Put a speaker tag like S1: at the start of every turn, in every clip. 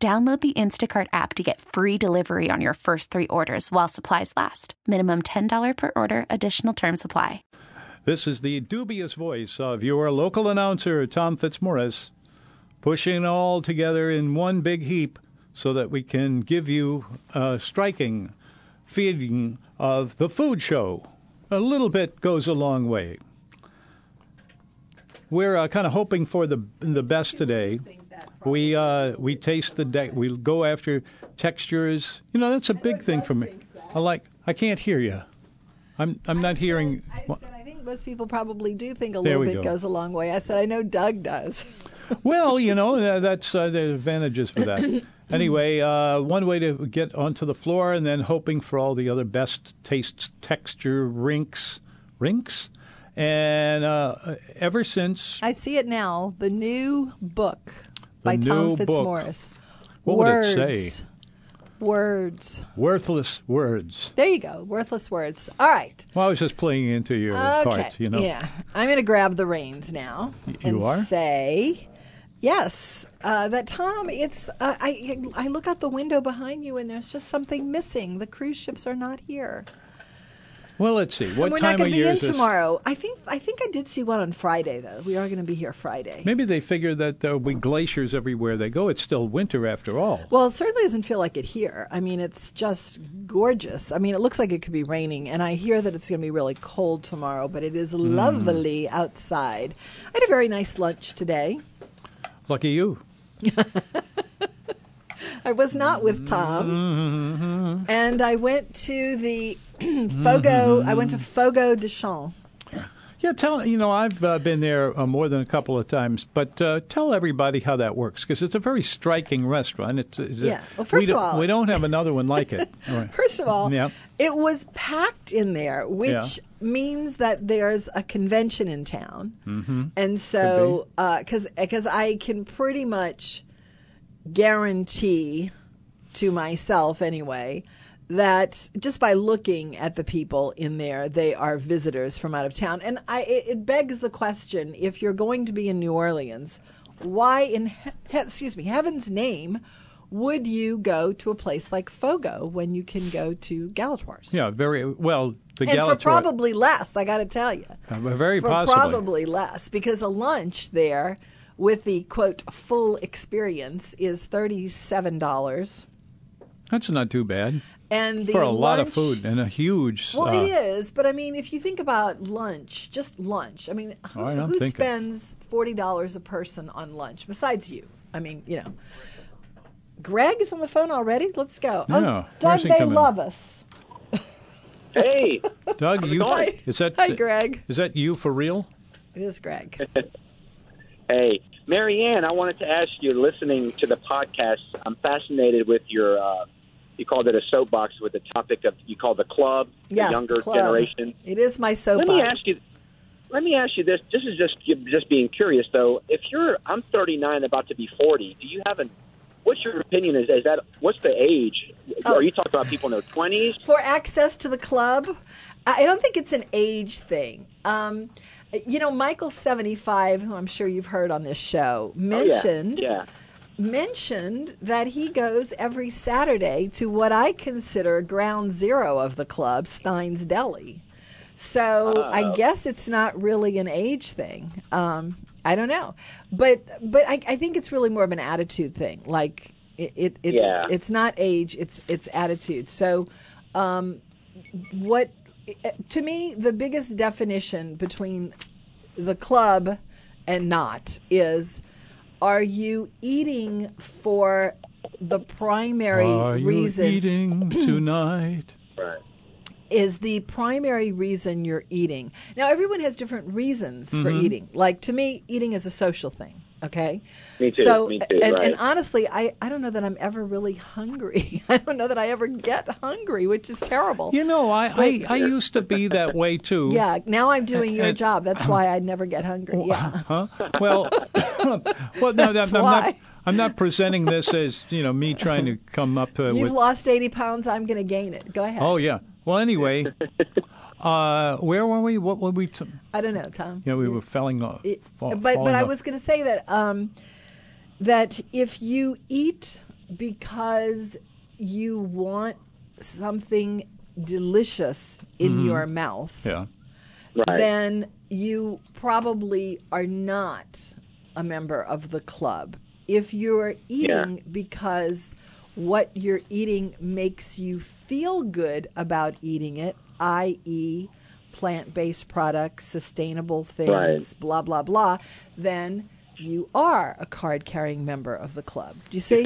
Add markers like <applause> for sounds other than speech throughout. S1: Download the Instacart app to get free delivery on your first three orders while supplies last. Minimum $10 per order, additional term supply.
S2: This is the dubious voice of your local announcer, Tom Fitzmaurice, pushing all together in one big heap so that we can give you a striking feeding of the food show. A little bit goes a long way. We're uh, kind of hoping for the the best today. We uh, we taste the de- we go after textures. You know that's a big thing for me. I like I can't hear you. I'm I'm not hearing.
S3: I said, I think most people probably do think a
S2: There
S3: little
S2: we
S3: bit
S2: go.
S3: goes a long way. I said, I know Doug does.
S2: Well, you know tha- that's uh, there's advantages for
S3: <coughs>
S2: that. Anyway, uh, one way to get onto the floor and then hoping for all the other best tastes, texture, rinks, rinks, and uh, ever since
S3: I see it now. The new book by
S2: new
S3: Tom
S2: book.
S3: Fitzmaurice.
S2: What would
S3: words.
S2: it say?
S3: Words.
S2: worthless words.
S3: There you go. Worthless words. All right.
S2: Well, I was just playing into your
S3: Okay.
S2: part, you know.
S3: Yeah. I'm going to grab the reins now. and
S2: you are?
S3: Say. Yes, uh, that Tom. It's uh, I. I look out the window behind you, and there's just something missing. The cruise ships are not here.
S2: Well, let's see. What
S3: And we're
S2: time
S3: not going
S2: of
S3: to be
S2: year
S3: in
S2: is this?
S3: tomorrow. I think I think I did see one on Friday though. We are going to be here Friday.
S2: Maybe they figure that there'll be glaciers everywhere they go. It's still winter after all.
S3: Well, it certainly doesn't feel like it here. I mean, it's just gorgeous. I mean, it looks like it could be raining, and I hear that it's going to be really cold tomorrow, but it is
S2: Hmm.
S3: lovely outside. I had a very nice lunch today.
S2: Lucky you.
S3: I was not with Tom,
S2: Mm-hmm.
S3: and I went to the <clears throat> Fogo. I went to Fogo de Champs.
S2: Yeah, tell you know I've uh, been there uh, more than a couple of times, but uh, tell everybody how that works because it's a very striking restaurant. It's, it's a-
S3: Yeah. Well, first
S2: we don't-
S3: of all-
S2: we don't have another one like
S3: <laughs>
S2: it. All right.
S3: First of all,
S2: Yeah.
S3: it was packed in there, which means that there's a convention in town, mm-hmm. and so because because I can pretty much guarantee to myself anyway that just by looking at the people in there they are visitors from out of town and i it, it begs the question if you're going to be in new orleans why in he, he- excuse me heaven's name would you go to a place like fogo when you can go to galatoire's
S2: Yeah, very well. The
S3: and for
S2: Galatory,
S3: probably less i gotta tell you
S2: uh, very
S3: for
S2: possibly.
S3: probably less because a lunch there with the quote full experience is $37
S2: That's not too bad
S3: and the
S2: for a lot of
S3: lunch-
S2: food and a huge.
S3: Well,
S2: uh,
S3: it is, but I mean, if you think about lunch, just lunch. I mean, who,
S2: All right, I'm
S3: who
S2: thinking.
S3: spends forty dollars a person on lunch besides you? I mean, you know, Greg is on the phone already. Let's go. Oh,
S2: Yeah,
S3: Doug,
S2: where's he
S3: they
S2: coming?
S3: love us.
S4: Hey,
S2: Doug, you
S4: going?
S2: is that
S3: Hi, Greg.
S2: Is that you for real?
S3: It is Greg.
S4: hey, Marianne. I wanted to ask you. Listening to the podcast, I'm fascinated with your. Uh, you called it a soapbox with the topic of you call the club,
S3: Yes,
S4: the younger
S3: club.
S4: generation.
S3: It is my
S4: Let
S3: soapbox.
S4: me ask you. Let me ask you this. This is just just being curious though. If you're, I'm 39, about to be 40. Do you have an? What's your opinion? Is is that what's the age?
S3: Oh.
S4: Are you talking about people in their 20s?
S3: for access to the club. I I don't think it's an age thing. Um, you know, Michael seventy five, who I'm sure you've heard on this show, mentioned.
S4: Oh, Yeah.
S3: mentioned that he goes every Saturday to what I consider ground zero of the club, Stein's Deli. So I guess it's not really an age thing. Um, I don't know, but but I, I think it's really more of an attitude thing. Like it, it it's
S4: Yeah.
S3: it's not age, it's it's attitude. So um, what to me the biggest definition between the club and not is are you eating for the primary
S2: Are
S3: reason
S2: you
S3: <clears throat>
S2: eating tonight?
S4: Yeah. Right.
S3: is the primary reason
S2: Mm-hmm.
S3: you're eating now everyone has different reasons for eating like to me eating is a social thing Okay.
S4: Me too,
S3: So,
S4: me too,
S3: and,
S4: right.
S3: and honestly, I, I don't know that I'm ever really hungry. <laughs> I don't know that I ever get hungry, which is terrible.
S2: You know, I, I, I used to be that way too.
S3: Yeah, now I'm doing your
S2: and-
S3: job. That's why I never get hungry.
S2: <laughs>
S3: Yeah.
S2: Huh? Well, <coughs> well, no,
S3: That's
S2: I'm not.
S3: why.
S2: I'm not presenting this as you know
S3: <laughs>
S2: me trying to come up uh,
S3: You've
S2: with.
S3: lost 80 pounds. I'm going to gain it. Go ahead.
S2: Oh yeah. Well, anyway, uh, where were we? What were we? T-
S3: I don't know, Tom.
S2: yeah, we were falling off.
S3: It-
S2: fall-
S3: but
S2: falling
S3: but I
S2: off.
S3: was going to say that um, that if you eat because you want something delicious in your mouth,
S2: Mm-hmm. Yeah.
S4: Right.
S3: then you probably are not a member of the club. If you're eating because what you're eating makes you feel good about eating it, i.e., plant based products, sustainable things,
S4: Right.
S3: blah, blah, blah, then you are a card carrying member of the club. Do you
S4: <laughs>
S3: see?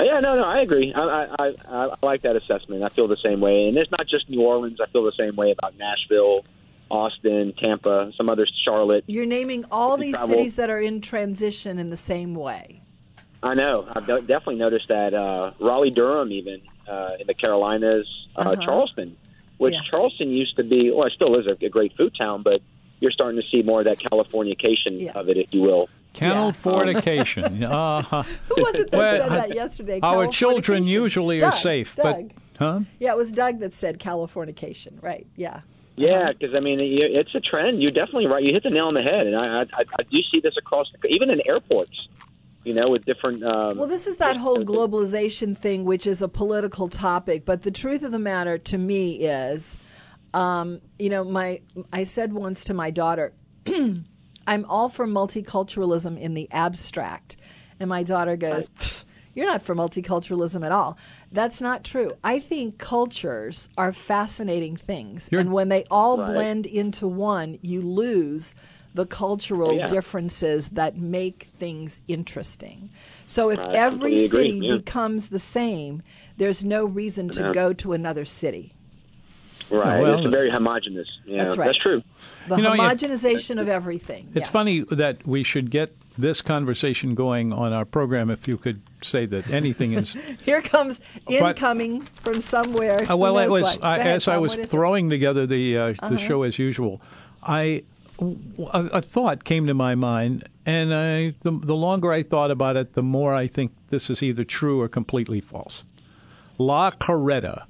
S4: Yeah, no, no, I agree. I, I, I, I like that assessment. I feel the same way, and it's not just New Orleans. I feel the same way about Nashville, Austin, Tampa, some others, Charlotte.
S3: you're naming all
S4: If you
S3: these
S4: travel-
S3: cities that are in transition in the same way.
S4: I know. I've de- definitely noticed that uh, Raleigh, Durham, even uh, in the Carolinas, uh,
S3: Uh-huh.
S4: Charleston, which
S3: Yeah.
S4: Charleston used to be, well, it still is a, a great food town, but you're starting to see more of that Californication
S3: Yeah.
S4: of it, if you will.
S2: Cannel
S3: Yeah. <laughs>
S2: fornication. uh
S3: Who was it that
S2: Well,
S3: said that yesterday?
S2: Our children
S3: Californication.
S2: usually are
S3: Doug,
S2: safe,
S3: Doug.
S2: but huh?
S3: Yeah, it was Doug that said Californication, right? Yeah. Uh-huh.
S4: Yeah, because I mean, it- it's a trend. You're definitely right. You hit the nail on the head, and I, I, I do see this across, the, even in airports. You know, with different. Um,
S3: Well, this is that whole globalization thing, which is a political topic. But the truth of the matter to me is, um, you know, my I said once to my daughter, <clears throat> I'm all for multiculturalism in the abstract, and my daughter goes, "Pfft, "You're not for multiculturalism at all. That's not true. I think cultures are fascinating things,
S2: You're-
S3: and when they all
S4: Right.
S3: blend into one, you lose the cultural
S4: Yeah.
S3: differences that make things interesting. So if
S4: I
S3: every
S4: completely agree,
S3: city
S4: yeah.
S3: becomes the same, there's no reason to
S4: Yeah.
S3: go to another city.
S4: Right.
S2: Well,
S4: it's very homogenous. Yeah,
S3: That's right.
S4: That's true.
S3: The
S2: You know, you-
S3: homogenization of everything.
S2: It's
S3: yes.
S2: funny that we should get this conversation going on our program if you could say that anything
S3: <laughs>
S2: is.
S3: Here comes
S2: But-
S3: incoming from somewhere.
S2: Uh, well,
S3: Who
S2: it
S3: knows
S2: was
S3: what. Go
S2: I,
S3: ahead,
S2: as I
S3: Tom,
S2: was
S3: what is it? Uh-huh.
S2: throwing together the uh, the show as usual. I w- a, a thought came to my mind, and I the, the longer I thought about it, the more I think this is either true or completely false. La
S3: <laughs>
S2: Coretta,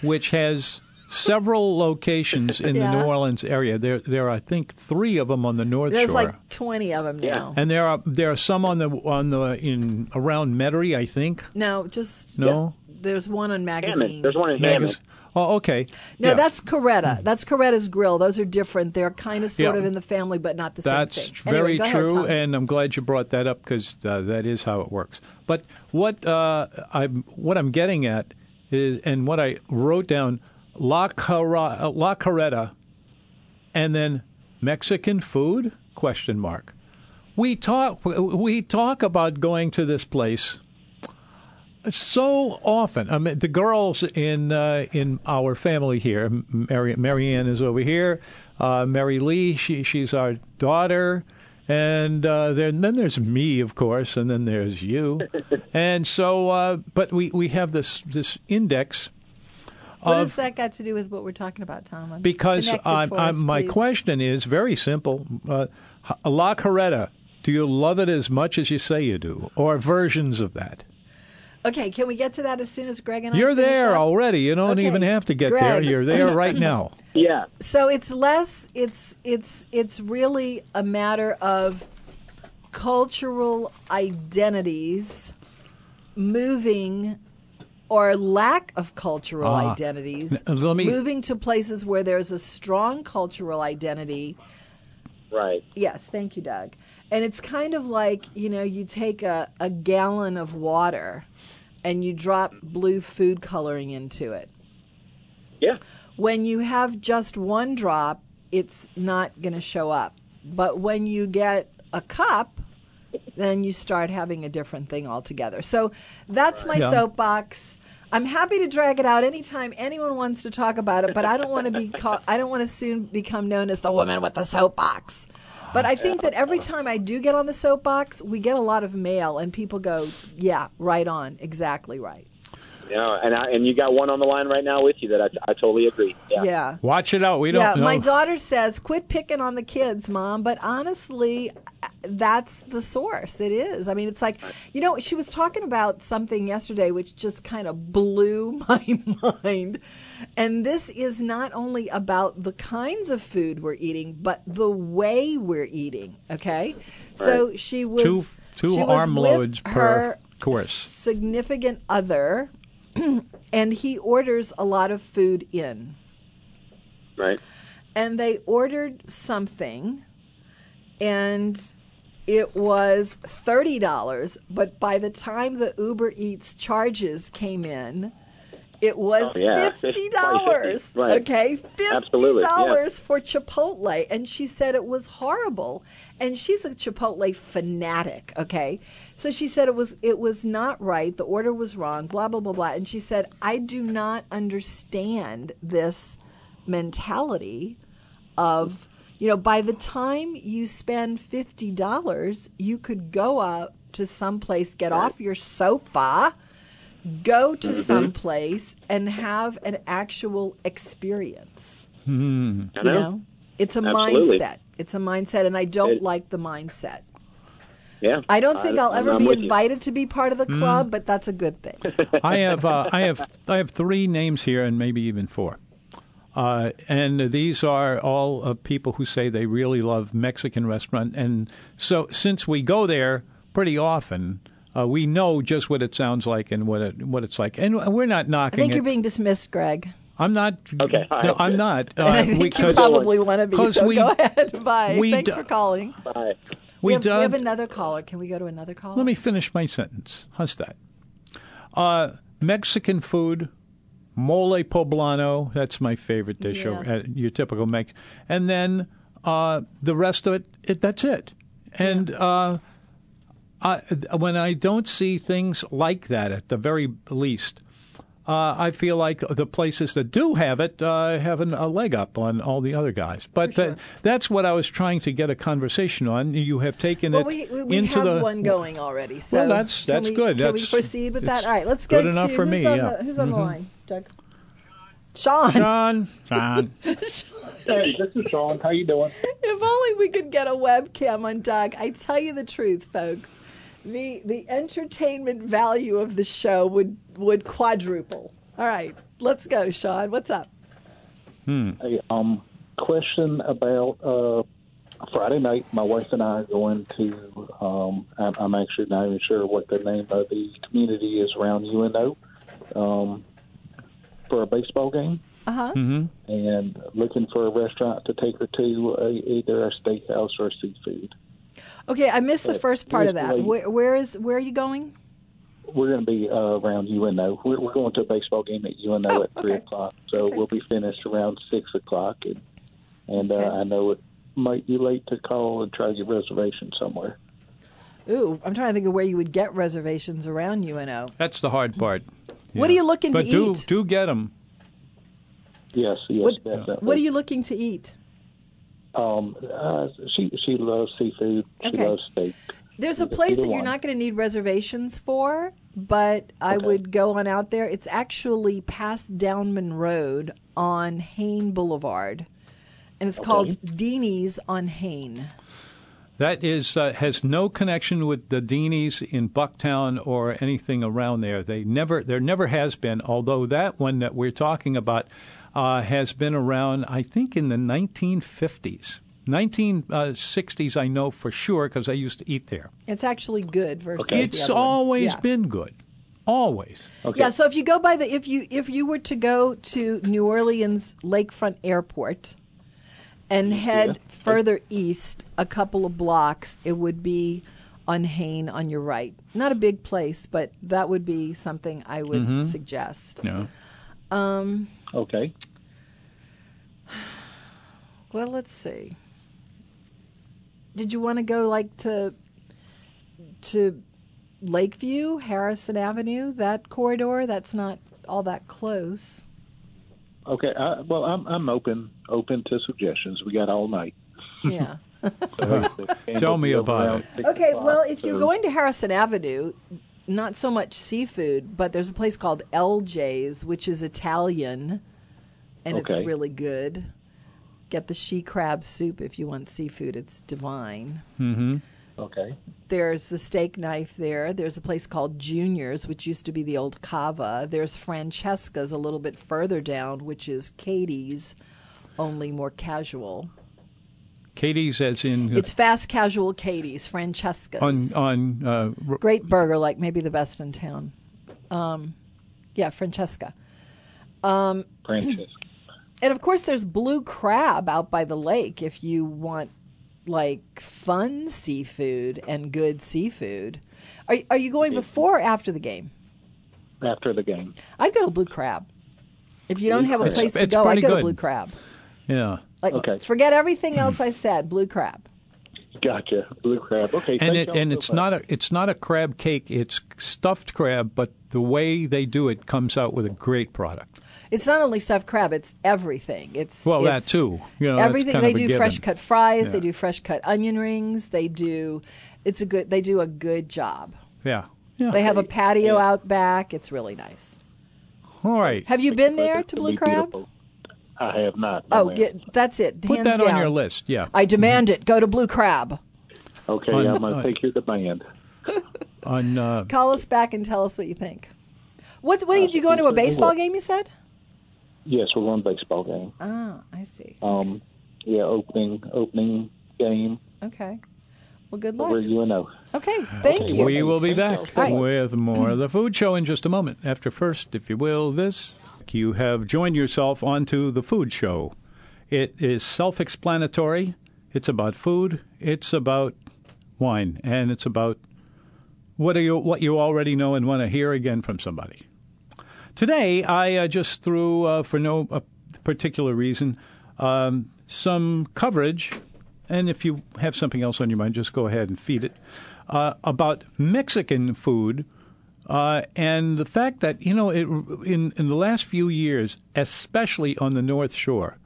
S2: which has several locations in
S3: Yeah.
S2: the New Orleans area. There there are I think three of them on the North
S3: There's
S2: Shore.
S3: like 20 of them now.
S2: And there are there are some on the on the in around Metairie, I think.
S3: No, just
S2: No,
S3: there's one on magazine.
S4: Hammond. There's one in Hammond.
S2: Magus- Oh, okay.
S3: No,
S2: Yeah.
S3: that's Coretta. That's Coretta's Grill. Those are different. They're kind of sort
S2: Yeah.
S3: of in the family, but not the
S2: that's
S3: same thing.
S2: very
S3: Anyway, go ahead,
S2: true,
S3: Tom.
S2: and I'm glad you brought that up because uh, that is how it works. But what uh, I'm what I'm getting at is, and what I wrote down, La, Cara, uh, La Coretta, and then Mexican food? Question mark. We talk we talk about going to this place so often. I mean, the girls in uh, in our family here, Mary Marianne is over here. Uh, Mary Lee, she she's our daughter, and uh, there, then there's me, of course, and then there's you, and so. Uh, but we we have this this index
S3: What
S2: of
S3: has that got to do with what we're talking about, Tom? I'm
S2: because
S3: connected
S2: I'm,
S3: for
S2: I'm,
S3: us,
S2: my
S3: please.
S2: question is very simple. Uh, La Coretta, do you love it as much as you say you do, or versions of that?
S3: Okay, can we get to that as soon as Greg and I
S2: You're
S3: finish
S2: there
S3: up?
S2: already. You don't
S3: Okay,
S2: even have to get there.
S3: Greg.
S2: You're
S3: <laughs>
S2: there right now.
S4: Yeah.
S3: So it's less. It's it's it's really a matter of cultural identities moving or lack of cultural
S2: Ah.
S3: identities
S2: N- let me-
S3: moving to places where there's a strong cultural identity
S4: Right.
S3: Yes, thank you, Doug. And it's kind of like, you know, you take a, a gallon of water and you drop blue food coloring into it.
S4: Yeah.
S3: When you have just one drop, it's not going to show up. But when you get a cup, then you start having a different thing altogether. So that's my
S2: Yeah.
S3: soapbox. I'm happy to drag it out anytime anyone wants to talk about it, but I don't want to be called, I don't want to soon become known as the woman with the soapbox. But I think that every time I do get on the soapbox, we get a lot of mail, and people go, "Yeah, right on, exactly right."
S4: Yeah, and I, and you got one on the line right now with you that I, I totally agree. Yeah.
S3: Yeah.
S2: Watch it out. We don't
S3: Yeah,
S2: know.
S3: my daughter says, "Quit picking on the kids, mom." But honestly, that's the source. It is. I mean, it's like, you know, she was talking about something yesterday, which just kind of blew <laughs> my mind. And this is not only about the kinds of food we're eating, but the way we're eating. Okay, so she was
S2: Two- two
S3: she was
S2: armloads
S3: with
S2: per
S3: her
S2: course.
S3: Significant other, <clears throat> and he orders a lot of food in
S4: Right.
S3: and they ordered something and it was $30 but by the time the uber eats charges came in it was
S4: Oh, yeah. <laughs>
S3: $50
S4: Right.
S3: okay $50
S4: Absolutely, yeah.
S3: for chipotle and she said it was horrible and she's a chipotle fanatic okay so she said it was it was not right the order was wrong blah blah blah blah and she said i do not understand this mentality of you know by the time you spend $50 you could go out to someplace get off your sofa go to someplace and have an actual experience
S4: I
S3: you
S4: know.
S3: know it's a
S4: Absolutely.
S3: mindset it's a mindset and i don't
S4: It-
S3: like the mindset
S4: Yeah.
S3: i don't think I, will
S4: I'm-
S3: ever
S4: I'm
S3: be
S4: with you.
S3: invited to be part of the
S2: Hmm.
S3: club but that's a good
S4: <laughs>
S3: thing
S2: I have uh, I have I have three names here, and maybe even four. Uh, and these are all uh, people who say they really love Mexican restaurant. And so, since we go there pretty often, uh, we know just what it sounds like and what it what it's like. And we're not
S3: i
S2: knocking
S3: think
S2: it.
S3: you're being dismissed greg
S2: I'm not.
S4: Okay, all
S2: No,
S4: right,
S2: I'm
S4: good.
S2: not. Uh,
S3: <laughs> I think you
S2: because
S3: probably want to be.
S2: 'cause
S3: So
S2: we-
S3: go <laughs> ahead. Bye.
S2: we
S3: Thanks
S2: d-
S3: for calling.
S4: Bye.
S2: we
S3: have, we have
S2: dug-
S3: another caller. Can we go to another caller?
S2: Let me finish my sentence. How's that? Uh, Mexican food, mole poblano. That's my favorite dish.
S3: Yeah.
S2: Over, uh, your typical Mex, and then uh, the rest of it, it. That's it. And uh, I, when I don't see things like that, at the very least. Uh, I feel like the places that do have it uh, have an, a leg up on all the other guys, but that, that's what I was trying to get a conversation on. You have taken
S3: Well,
S2: it
S3: we, we, we
S2: into
S3: have
S2: the
S3: one going already. So
S2: Well, that's-
S3: can
S2: that's
S3: we-
S2: good.
S3: Can we
S2: That's-
S3: proceed with
S2: it's
S3: that? All right, let's go
S2: good enough
S3: to
S2: for
S3: who's
S2: me,
S3: on
S2: yeah. Mm-hmm.
S3: the, who's on the line, Doug? Sean.
S2: John, John.
S5: <laughs> Hey, this is Sean. How you doing?
S3: <laughs> If only we could get a webcam on Doug. I tell you the truth, folks. The the entertainment value of the show would would quadruple. All right, let's go, Sean. What's up?
S5: Hey, um, question about uh, Friday night. My wife and I are going to. Um, I'm, I'm actually not even sure what the name of the community is around UNO um, for a baseball game,
S3: Uh huh.
S5: and looking for a restaurant to take her to, uh, either a steakhouse or seafood.
S3: Okay, I missed the first part of that.
S5: usually-
S3: Where, where is where are you going?
S5: We're going to be uh, around UNO. We're, we're going to a baseball game at UNO
S3: Oh,
S5: at three
S3: okay.
S5: o'clock, so
S3: Okay.
S5: we'll be finished around six o'clock. And and
S3: Okay.
S5: uh, I know it might be late to call and try to get reservations somewhere.
S3: Ooh, I'm trying to think of where you would get reservations around UNO.
S2: That's the hard part.
S3: What are you looking
S2: but
S3: to
S2: do,
S3: eat?
S2: do get them.
S5: Yes, yes,
S3: What-
S5: definitely.
S3: What are you looking to eat?
S5: Um, uh, she she loves seafood. She
S3: Okay.
S5: loves steak.
S3: There's a
S5: Either-
S3: place
S5: either
S3: that you're
S5: one.
S3: not going to need reservations for, but I
S5: Okay.
S3: would go on out there. It's actually past Downman Road on Hain Boulevard, and it's called Deanie's on Hain.
S2: That is uh, has no connection with the Deanies in Bucktown or anything around there. They never there never has been. Although that one that we're talking about uh, has been around, I think in the 1950s, 1960s. I know for sure because I used to eat there.
S3: It's actually good versus the
S2: It's
S3: other one.
S2: always
S3: Yeah.
S2: been good, always.
S3: Yeah, so if you go by the if you if you were to go to New Orleans Lakefront Airport and head further east a couple of blocks, it would be on Hain on your right. Not a big place, but that would be something I would suggest.
S2: Yeah.
S5: Okay.
S3: Well, let's see. Did you want to go like to to Lakeview, Harrison Avenue, that corridor? That's not all that close.
S2: <laughs>
S5: Okay. I, well, I'm I'm open open to suggestions. We got all night.
S3: yeah.
S2: Tell me about
S5: it.
S3: Okay, well, if you're going to Harrison Avenue, not so much seafood, but there's a place called LJ's, which is Italian, and
S5: Okay.
S3: it's really good. Get the she crab soup if you want seafood; it's divine.
S5: Okay.
S3: There's the steak knife there. There's a place called Junior's, which used to be the old Cava. There's Francesca's a little bit further down, which is Katie's, only more casual.
S2: Katie's as in uh,
S3: It's fast casual Katie's, Francesca's.
S2: on on uh, r-
S3: great burger, like maybe the best in town. Um, yeah, Francesca.
S5: Francis.
S3: And of course, there's blue crab out by the lake if you want like fun seafood and good seafood. Are, are you going before or after the game?
S5: After the game.
S3: I'd go to blue crab. If you don't have a
S5: Crab.
S3: place to
S2: It's
S3: go, I'd
S2: pretty
S3: go to
S2: good.
S3: blue crab.
S2: yeah.
S3: Like,
S5: Okay.
S3: forget everything else I said. Blue crab.
S5: Gotcha. Blue crab. Okay.
S2: And
S5: thank
S2: it
S5: y'all
S2: and
S5: so
S2: it's
S5: much.
S2: not a it's not a crab cake. It's stuffed crab, but the way they do it comes out with a great product.
S3: It's not only stuffed crab; it's everything. It's
S2: Well, that
S3: it's
S2: too. You know, that's
S3: everything
S2: kind
S3: they
S2: of a
S3: do
S2: given.
S3: fresh cut fries. They
S2: Yeah.
S3: do fresh cut onion rings. They do. It's a good. They do a good job.
S2: Yeah. Yeah.
S3: They have a patio out back. It's really nice.
S2: All right.
S3: Have you been there
S5: It's
S3: to
S5: gonna
S3: Blue
S5: be
S3: Crab?
S5: beautiful. I have not. no,
S3: Oh,
S5: ma'am.
S3: get, that's it.
S2: Put
S3: Hands
S2: that
S3: down.
S2: on your list. Yeah.
S3: I demand it. Go to Blue Crab.
S5: Okay.
S2: On-
S5: I'm going
S2: on-
S5: to take your demand.
S2: on uh,
S3: Call us back and tell us what you think. What? What? Did you go to a
S5: Absolutely.
S3: baseball game? You said.
S5: Yes, we're going baseball game.
S3: Ah, I see.
S5: Um, yeah, opening opening game.
S3: Okay. Well, good
S5: Where
S3: luck.
S5: you and O.
S3: Okay. Thank you.
S2: We will be back
S3: Right.
S2: with more of the food show in just a moment. After first, if you will, this. You have joined yourself onto the food show. It is self explanatory. It's about food, it's about wine, and it's about what, are you, what you already know and want to hear again from somebody. Today, I uh, just threw, uh, for no uh, particular reason, um, some coverage, and if you have something else on your mind, just go ahead and feed it, uh, about Mexican food uh, and the fact that, you know, it, in, in the last few years, especially on the North Shore,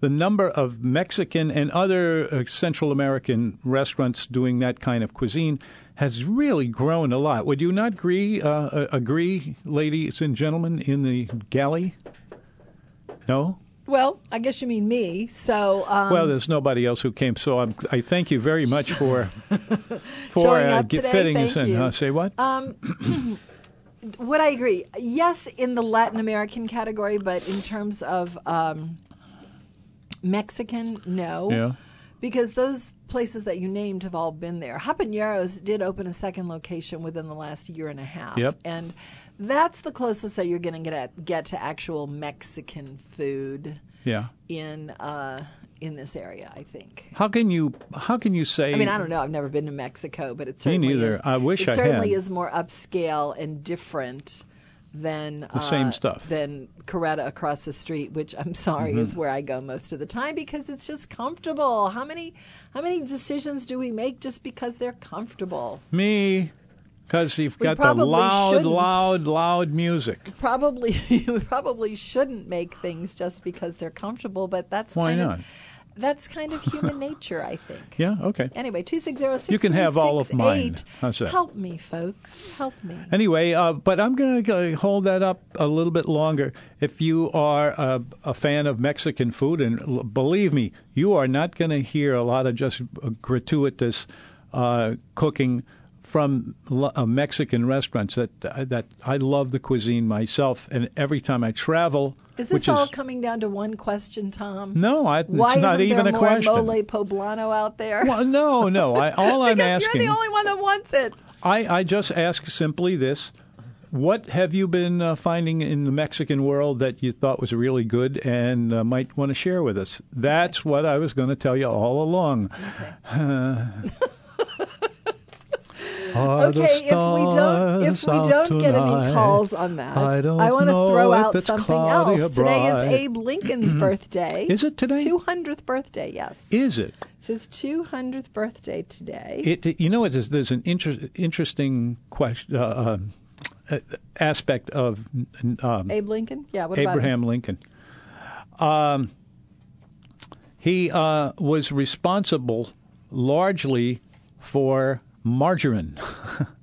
S2: the number of Mexican and other uh, Central American restaurants doing that kind of cuisine has really grown a lot. Would you not agree, uh, uh, agree, ladies and gentlemen in the galley? No.
S3: Well, I guess you mean me. So. Um,
S2: Well, there's nobody else who came, so I'm, I thank you very much
S3: <laughs>
S2: for for
S3: Showing
S2: uh,
S3: up today,
S2: fitting
S3: thank
S2: us in.
S3: you. Uh,
S2: Huh? Say what?
S3: Would I agree? Yes, in the Latin American category, but in terms of um, Mexican, no.
S2: Yeah.
S3: Because those places that you named have all been there. Habaneros did open a second location within the last year and a half.
S2: Yep.
S3: And that's the closest that you're going to get at, get to actual Mexican food
S2: yeah.
S3: in uh, in this area, I think.
S2: How can you how can you say
S3: I mean, I don't know. I've never been to Mexico, but it certainly
S2: neither.
S3: Is,
S2: I wish
S3: it
S2: I
S3: certainly
S2: had.
S3: is more upscale and different than the
S2: same stuff. Mm-hmm.
S3: than Coretta across the street, which I'm sorry is where I go most of the time because it's just comfortable. How many how many decisions do we make just because they're comfortable?
S2: me because you've got the
S3: probably
S2: loud,
S3: shouldn't.
S2: loud, loud music.
S3: Probably <laughs> we probably shouldn't make things just because they're comfortable, but that's
S2: Why
S3: kind
S2: not?
S3: Of, that's kind of
S2: <laughs>
S3: human nature, I think.
S2: Yeah. Okay.
S3: Anyway, two six zero six.
S2: You can have all of mine. How's that?
S3: Help me, folks. Help me.
S2: Anyway, uh, but I'm going to hold that up a little bit longer. If you are a, a fan of Mexican food, and l- believe me, you are not going to hear a lot of just uh, gratuitous uh, cooking from l- uh, Mexican restaurants. That that I love the cuisine myself, and every time I travel,
S3: Is
S2: which
S3: this all
S2: is
S3: coming down to one question, Tom?
S2: no, I, it's
S3: Why isn't
S2: not even
S3: there
S2: a
S3: more
S2: question.
S3: mole poblano out there?
S2: Well, no, no. I, all I'm
S3: <laughs> because
S2: asking.
S3: you're the only one that wants it.
S2: I, I just ask simply this. What have you been uh, finding in the Mexican world that you thought was really good and uh, might want to share with us? That's what I was going to tell you all along. <laughs> Are the
S3: Okay, if we don't if we
S2: stars
S3: don't
S2: out
S3: get
S2: tonight?
S3: any calls on that,
S2: I don't
S3: want to
S2: know
S3: throw
S2: if
S3: out
S2: it's
S3: something
S2: cloudy
S3: else.
S2: or bright.
S3: Today is Abe
S2: <clears throat>
S3: Lincoln's birthday.
S2: Is it today?
S3: Two hundredth birthday. Yes,
S2: Is it?
S3: it's his two hundredth birthday today.
S2: it you know it is, there's an inter- interesting question uh, uh, aspect of um,
S3: Abe Lincoln. Yeah. What about him?
S2: Abraham Lincoln. Um, he uh, was responsible largely for margarine.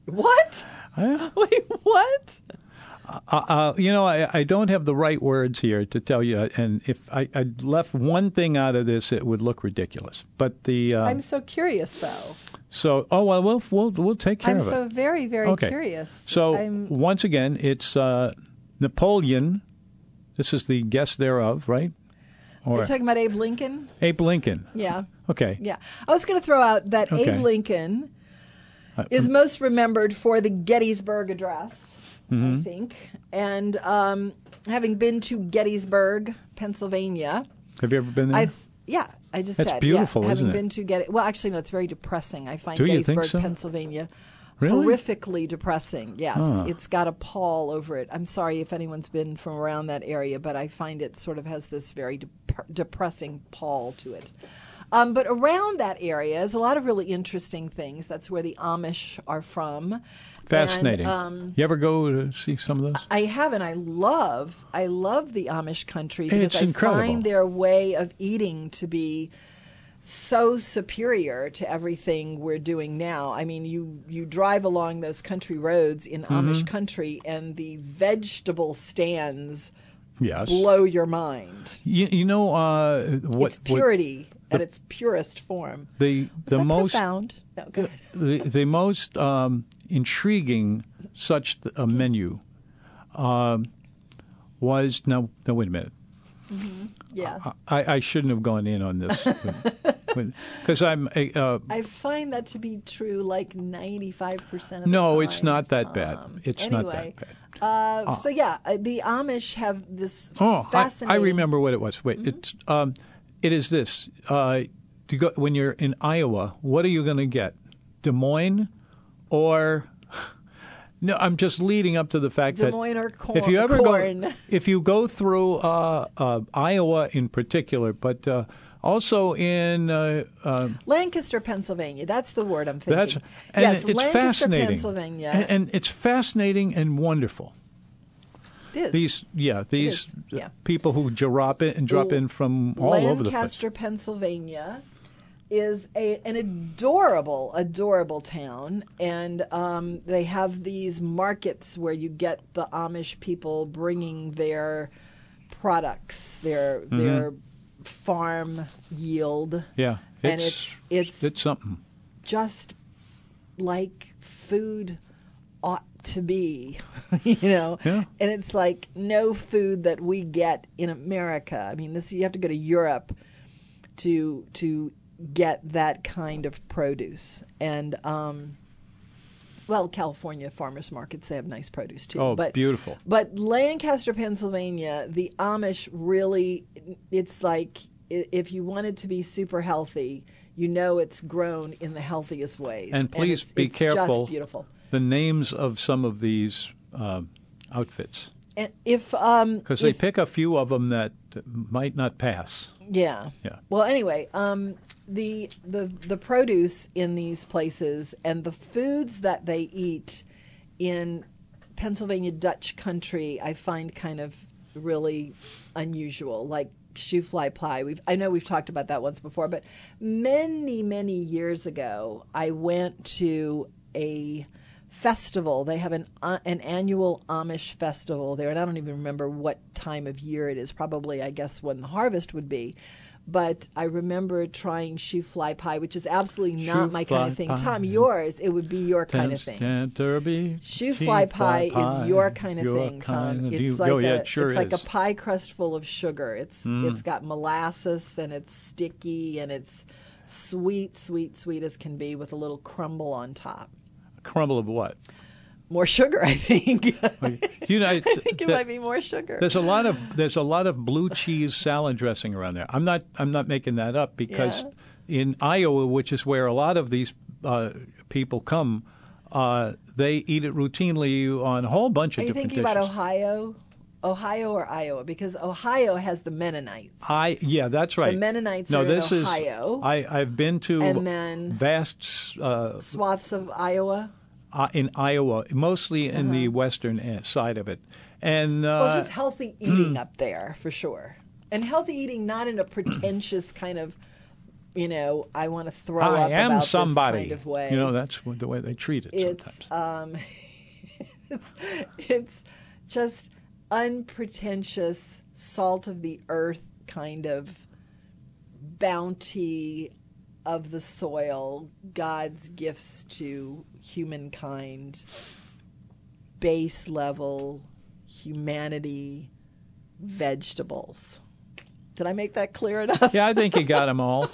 S3: What? <laughs> Wait, what?
S2: Uh, you know, I, I don't have the right words here to tell you, and if I, I left one thing out of this, it would look ridiculous. But the uh,
S3: I'm so curious, though.
S2: so oh well, we'll we'll, we'll take care
S3: I'm
S2: of it.
S3: so very, very
S2: okay.
S3: curious.
S2: So
S3: I'm,
S2: once again, it's uh, Napoleon. This is the guess thereof, right?
S3: you're
S2: Or
S3: talking about Abe Lincoln.
S2: Abe Lincoln.
S3: Yeah.
S2: Okay.
S3: Yeah. I was going to throw out that
S2: Okay. Uh, um,
S3: Abe Lincoln is most remembered for the Gettysburg Address,
S2: Mm-hmm.
S3: I think. And um, having been to Gettysburg, Pennsylvania,
S2: Have you ever been there?
S3: I've yeah, I just
S2: That's
S3: said
S2: beautiful,
S3: yeah, having
S2: isn't it?
S3: been to get well, actually no, it's very depressing. I find
S2: Do you think
S3: Gettysburg,
S2: so?
S3: Pennsylvania
S2: Really?
S3: horrifically depressing. Yes. It's got a pall over it. I'm sorry if anyone's been from around that area, but I find it sort of has this very dep- depressing pall to it. Um, but around that area is a lot of really interesting things. That's where the Amish are from. And,
S2: Fascinating.
S3: um,
S2: you ever go to see some of those?
S3: I have, and I love, I love the Amish country because
S2: It's
S3: I
S2: incredible.
S3: find their way of eating to be so superior to everything we're doing now. I mean, you you drive along those country roads in
S2: Mm-hmm.
S3: Amish country, and the vegetable stands
S2: Yes.
S3: blow your mind.
S2: You, you know uh, what?
S3: It's purity at its purest form.
S2: what the the
S3: that
S2: most Uh,
S3: profound? No, go ahead.
S2: the, the most um, intriguing such th- a menu um, was no no wait a minute
S3: yeah.
S2: I, I shouldn't have gone in on
S3: <laughs>
S2: this because I'm a, uh,
S3: I find that to be true like 95% of the
S2: No, it's
S3: time,
S2: not that bad.
S3: Tom.
S2: It's not that
S3: um, anyway, Uh, so, yeah, uh, the Amish have this
S2: oh I, I
S3: fascinating. Mm-hmm.
S2: remember what it was wait it's um, it is this uh, to go when you're in Iowa what are you going to get Des Moines or <laughs> no I'm just leading up to the fact
S3: Des
S2: that
S3: Moines or corn.
S2: if you ever
S3: corn. <laughs>
S2: go, if you go through uh, uh, Iowa in particular, but uh, also in uh, uh,
S3: Lancaster, Pennsylvania. That's the word I'm thinking.
S2: that's and
S3: yes,
S2: it's
S3: Lancaster,
S2: fascinating,
S3: Pennsylvania.
S2: and, and it's fascinating and wonderful.
S3: it is.
S2: These yeah these uh,
S3: is, yeah.
S2: people who drop in and drop
S3: L-
S2: in from all over the place.
S3: Lancaster, Pennsylvania is a, an adorable, adorable town, and um, they have these markets where you get the Amish people bringing their products, their their farm yield.
S2: Mm-hmm. Yeah,
S3: and it's it's,
S2: it's something.
S3: just like food ought to be, <laughs> you know.
S2: Yeah.
S3: And it's like no food that we get in America. I mean, this you have to go to Europe to to get that kind of produce. And um, well, California farmers markets they have nice produce too.
S2: Oh,
S3: but
S2: beautiful.
S3: But Lancaster, Pennsylvania, the Amish really, it's like i- if you want it to be super healthy, you know it's grown in the healthiest ways.
S2: And please
S3: it's-
S2: be
S3: it's
S2: careful.
S3: Just beautiful.
S2: The names of some of these um outfits
S3: And if um,
S2: because they
S3: if-
S2: pick a few of them that might not pass.
S3: Yeah.
S2: Yeah.
S3: Well, anyway, um, the the the produce in these places and the foods that they eat in Pennsylvania Dutch country, I find kind of really unusual, like shoe fly pie. We've I know we've talked about that once before, but many many years ago, I went to a festival. They have an uh, an annual Amish festival there, and I don't even remember what time of year it is. Probably, I guess, when the harvest would be. But I remember trying shoe fly pie, which is absolutely not
S2: Shoe
S3: my kind
S2: fly
S3: of thing.
S2: pie.
S3: Tom, yours, it would be your kind of
S2: Tens-
S3: thing.
S2: and Derby.
S3: Shoe fly pie, is your kind of
S2: your
S3: thing, Tom.
S2: kind of-
S3: it's
S2: you-
S3: like
S2: oh, yeah,
S3: a
S2: it sure
S3: it's like a
S2: is. Mm.
S3: pie crust full of sugar. It's it's got molasses and it's sticky and it's sweet, sweet, sweet as can be with a little crumble on top.
S2: crumble of
S3: <laughs>
S2: what?
S3: More sugar, I think. <laughs> I
S2: You know, it's-
S3: think it
S2: that-
S3: might be more sugar.
S2: there's a lot of there's a lot of blue cheese salad dressing around there. I'm not I'm not making that up because in Iowa, which is where a lot of these uh, people come, uh, they eat it routinely on a whole bunch of
S3: Are you
S2: different
S3: thinking
S2: dishes.
S3: about Ohio? Ohio or Iowa? Because Ohio has the Mennonites.
S2: I yeah, that's right.
S3: Mennonites
S2: no,
S3: are in
S2: this
S3: Ohio.
S2: Is, I I've been to
S3: And then-
S2: vast uh,
S3: Swaths of Iowa.
S2: uh, in Iowa, mostly in the western eh, side of it, and uh,
S3: Uh-huh.
S2: hmm.
S3: Well, it's just healthy eating up there for sure, and healthy eating not in a pretentious kind of you know, I want to throw
S2: I
S3: up
S2: am
S3: about
S2: somebody.
S3: this kind of way.
S2: You know, that's what- the way they treat it sometimes.
S3: it's um, <laughs> it's it's just unpretentious salt of the earth kind of bounty of the soil, God's gifts to humankind, base level humanity vegetables. Did I make that clear enough?
S2: Yeah, I think you got them all.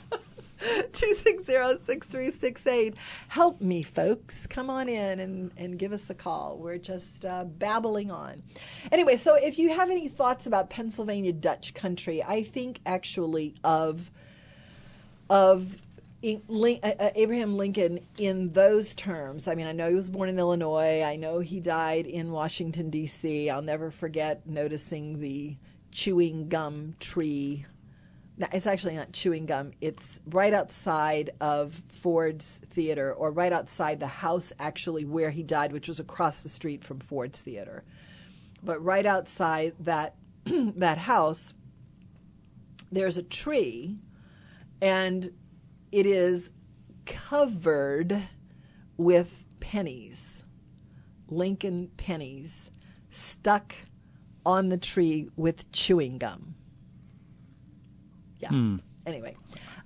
S3: 260-6368. Help me, folks. Come on in and, and give us a call. We're just uh, babbling on. Anyway, so if you have any thoughts about Pennsylvania Dutch country, I think actually of of in- Lin- uh, uh, Abraham Lincoln in those terms. I mean, I know he was born in Illinois. I know he died in Washington D.C. I'll never forget noticing the chewing gum tree no, it's actually not chewing gum. It's right outside of Ford's Theater, or right outside the house actually where he died, which was across the street from Ford's Theater. But right outside that <clears throat> that house, there's a tree, and it is covered with pennies, Lincoln pennies, stuck on the tree with chewing gum yeah.
S2: Hmm.
S3: Anyway,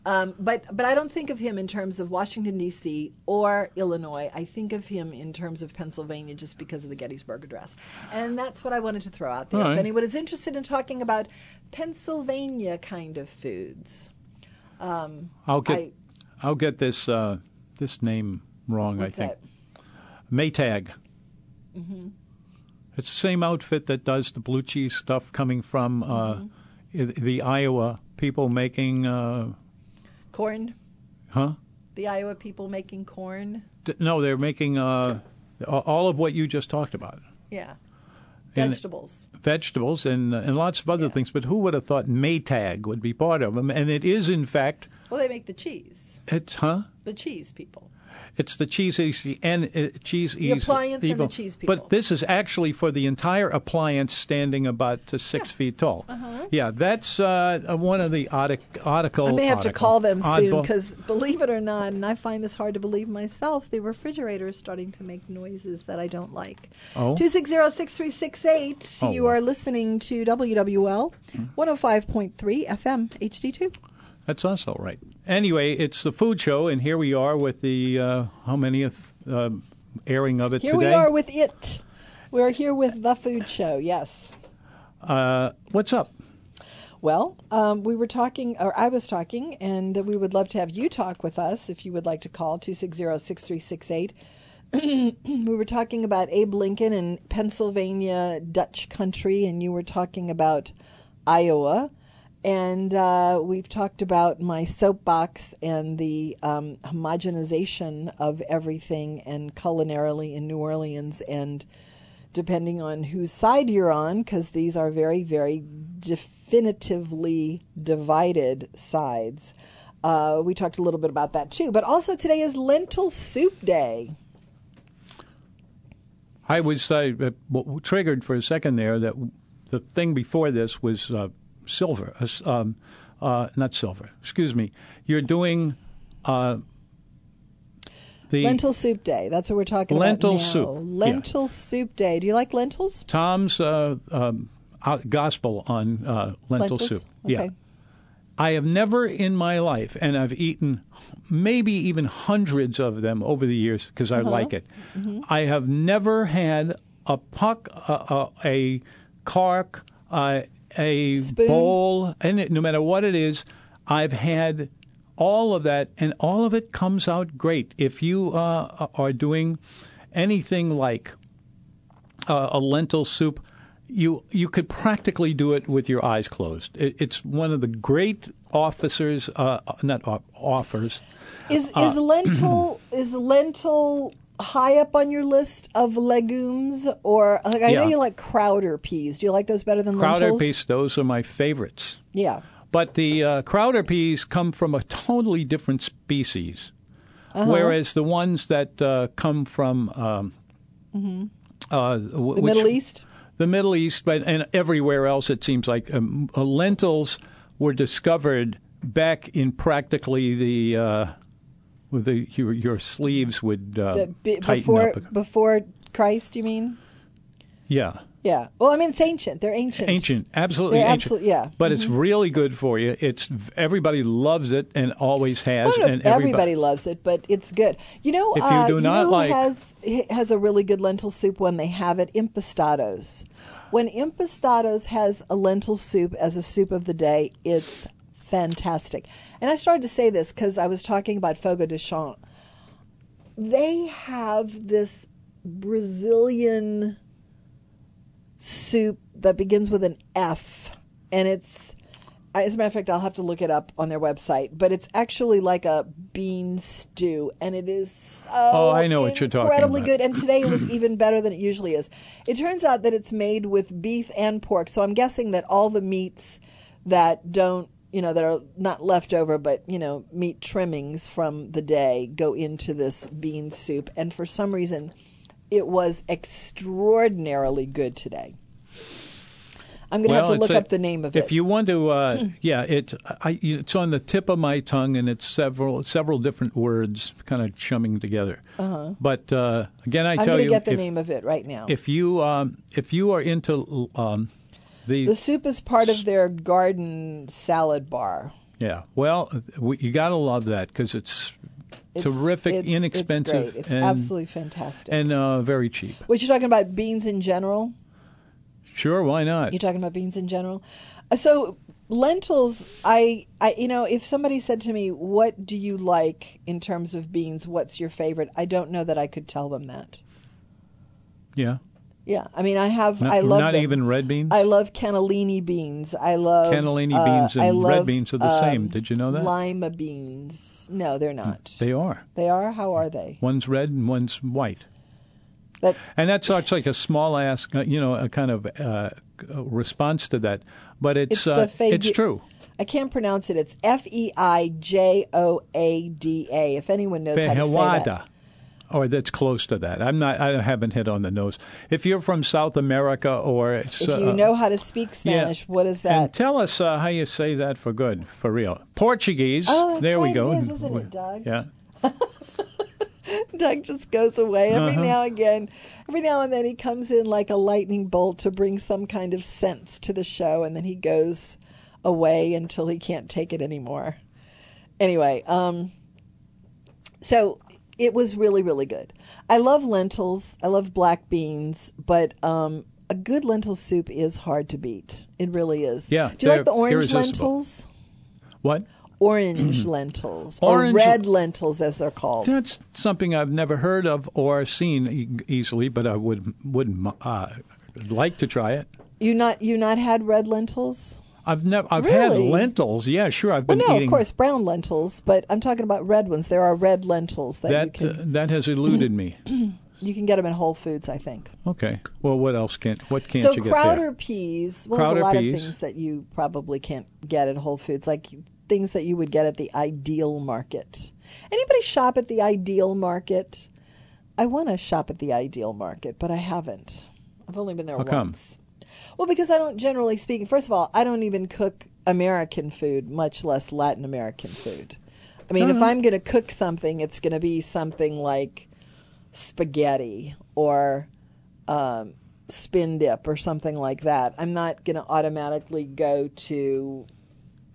S3: um, but but I don't think of him in terms of Washington D.C. or Illinois. I think of him in terms of Pennsylvania, just because of the Gettysburg Address, and that's what I wanted to throw out there.
S2: All
S3: If
S2: right.
S3: anyone is interested in talking about Pennsylvania kind of foods,
S2: I'll get
S3: I-
S2: I, will get this uh, this name wrong.
S3: what's
S2: I think
S3: that? Mm-hmm.
S2: Maytag. It's the same outfit that does the blue cheese stuff coming from uh,
S3: Mm-hmm.
S2: i- the Iowa people making, uh,
S3: Corn.
S2: huh?
S3: The Iowa people making corn.
S2: Th- No, they're making uh, a- all of what you just talked about.
S3: Yeah.
S2: And-
S3: Vegetables.
S2: vegetables and and lots of other
S3: Yeah.
S2: things. But who would have thought Maytag would be part of them? And it is, in fact,
S3: well, they make the cheese.
S2: it's huh?
S3: The cheese people.
S2: It's the cheese easy and uh, cheese easy.
S3: appliance and the cheese people.
S2: But this is actually for the entire appliance, standing about to six feet tall. Yeah, that's uh, uh, one of the artic- article.
S3: Uh-huh. I may have to
S2: article-
S3: call them soon
S2: oddball-
S3: because, believe it or not, and I find this hard to believe myself, the refrigerator is starting to make noises that I don't like.
S2: Oh.
S3: 260-6368.
S2: Oh,
S3: you
S2: well.
S3: are listening to WWL 105.3 FM HD2.
S2: That's us, all right. Anyway, it's the food show, and here we are with the uh, how many uh, airing of it
S3: Here
S2: today.
S3: we are with it. We're here with the food show. Yes.
S2: uh, what's up?
S3: Well, um, we were talking, or I was talking, and we would love to have you talk with us if you would like to call 260 6368. We were talking about Abe Lincoln and Pennsylvania Dutch country, and you were talking about Iowa. And uh, we've talked about my soapbox and the um, homogenization of everything and culinarily in New Orleans and depending on whose side you're on, because these are very, very definitively divided sides. Uh, we talked a little bit about that too. But also, today is Lentil Soup Day.
S2: I was uh, uh, w- triggered for a second there that w- the thing before this was uh, silver, uh, s- um, uh, not silver. Excuse me. You're doing uh, the
S3: Lentil Soup Day. That's what we're talking
S2: Lentil
S3: about. now.
S2: soup, yeah.
S3: Lentil Soup Day. Do you like lentils?
S2: Tom's uh, um, out- gospel on uh, lentil
S3: Lentils?
S2: soup. Yeah.
S3: Okay.
S2: I have never in my life, and I've eaten maybe even hundreds of them over the years because
S3: Uh-huh.
S2: I like it.
S3: Mm-hmm.
S2: I have never had a puck, a, a, a cark, a, a
S3: Spoon?
S2: bowl, and it, no matter what it is, I've had all of that, and all of it comes out great. If you uh, are doing anything like uh, a lentil soup, you you could practically do it with your eyes closed. It, it's one of the great officers, uh, not off, offers.
S3: Is
S2: Uh,
S3: is
S2: <clears throat>
S3: lentil is lentil high up on your list of legumes or like I know
S2: Yeah.
S3: you like Crowder peas. Do you like those better than
S2: Crowder
S3: lentils?
S2: peas, those are my favorites.
S3: Yeah.
S2: But the uh, Crowder peas come from a totally different species,
S3: Uh-huh.
S2: whereas the ones that uh, come from um, uh, w-
S3: Mm-hmm. The
S2: which-
S3: Middle East.
S2: the Middle East, but and everywhere else, it seems like um, uh, lentils were discovered back in practically the uh, with the your, your sleeves would uh,
S3: The be-
S2: tighten
S3: before
S2: up.
S3: before Christ, you mean?
S2: Yeah,
S3: Yeah. Well, I mean it's ancient. They're ancient.
S2: ancient, absolutely
S3: They're
S2: ancient.
S3: absolute- yeah. Mm-hmm.
S2: but it's really good for you. It's everybody loves it and always
S3: I
S2: has.
S3: don't know if
S2: and
S3: everybody loves it, but it's good. You know,
S2: If you
S3: uh,
S2: do not
S3: know who
S2: like-
S3: has h- has a really good lentil soup when they have it. Impastados. When Impastados has a lentil soup as a soup of the day, it's fantastic. And I started to say this because I was talking about Fogo de Chão. They have this Brazilian soup that begins with an F, and it's as a matter of fact, I'll have to look it up on their website. But it's actually like a bean stew, and it is so
S2: Oh, I know what you're talking
S3: incredibly
S2: about.
S3: good. And today
S2: <clears throat>
S3: it was even better than it usually is. It turns out that it's made with beef and pork, so I'm guessing that all the meats that don't you know that are not left over but you know meat trimmings from the day go into this bean soup and for some reason it was extraordinarily good today. I'm going to have to
S2: it's
S3: look
S2: a-
S3: up the name of
S2: if
S3: it. Hmm.
S2: you want to, uh, yeah, it I, it's on the tip of my tongue, and it's several several different words kind of chumming together. Uh-huh. But uh, again, I
S3: I'm
S2: tell
S3: going to
S2: you,
S3: get the
S2: if,
S3: name of it right now.
S2: if you um, if you are into um, the,
S3: the soup is part of their garden salad bar.
S2: yeah, well, we, you got to love that because it's, terrific,
S3: it's-
S2: inexpensive,
S3: It's, great. it's
S2: and
S3: absolutely fantastic.
S2: and uh, very cheap.
S3: what you're talking about beans in general?
S2: Sure, why not?
S3: You're talking about beans in general. Uh, So lentils, I, I, you know, if somebody said to me, "What do you like in terms of beans? What's your favorite?" I don't know that I could tell them that.
S2: yeah,
S3: Yeah, I mean, I have.
S2: Not-
S3: I love
S2: not
S3: them.
S2: even red beans?
S3: I love cannellini beans. I love
S2: Cannellini
S3: uh,
S2: beans and
S3: I
S2: red
S3: love,
S2: beans are the same.
S3: um,
S2: Did you know that?
S3: Lima beans. No, they're not.
S2: they are.
S3: They are. How are they?
S2: One's red and one's white.
S3: But
S2: And that's such like a small ass, uh, you know, a kind of uh, response to that. But it's
S3: it's
S2: uh,
S3: the feijo-
S2: it's true.
S3: I can't pronounce it. It's F E I J O A D A. If anyone knows how to say that.
S2: Feijoada. Or that's close to that. I'm not. I haven't hit on the nose. If you're from South America or uh,
S3: If you know how to speak Spanish, what is
S2: And
S3: that?
S2: tell us uh, how you say that for good, for real. Portuguese.
S3: Oh, that's
S2: there
S3: right,
S2: we go.
S3: it is, isn't it, Doug?
S2: Yeah.
S3: Doug just goes away every
S2: Uh-huh.
S3: now and again. Every now and then he comes in like a lightning bolt to bring some kind of sense to the show, and then he goes away until he can't take it anymore. Anyway, um, so it was really, really good. I love lentils. I love black beans, but um, a good lentil soup is hard to beat. It really is.
S2: Yeah,
S3: Do you like
S2: they're
S3: the orange
S2: irresistible.
S3: lentils?
S2: What? <clears throat>
S3: Orange lentils
S2: Orange-
S3: or red lentils, as they're called.
S2: That's something I've never heard of or seen e- easily, but I would would uh, like to try it.
S3: You not you not had red lentils?
S2: I've never. I've had
S3: Really?
S2: lentils. Yeah, sure. I've
S3: Well,
S2: been
S3: no,
S2: eating.
S3: of course, brown lentils, but I'm talking about red ones. There are red lentils that, you
S2: That
S3: can
S2: uh, that has eluded me.
S3: you can get them in Whole Foods, I think.
S2: Okay. Well, what else can't? What can't
S3: So
S2: you get
S3: Crowder
S2: there?
S3: peas. Well, there's
S2: Crowder
S3: a lot
S2: peas.
S3: of things that you probably can't get at Whole Foods, like things that you would get at the Ideal Market. Anybody shop at the Ideal Market? I want to shop at the Ideal Market, but I haven't. I've only been there
S2: How
S3: once.
S2: come?
S3: Well, because I don't generally speaking. First of all, I don't even cook American food, much less Latin American food. I mean, if I'm going to cook something, it's going to be something like spaghetti or um, spin dip or something like that. I'm not going to automatically go to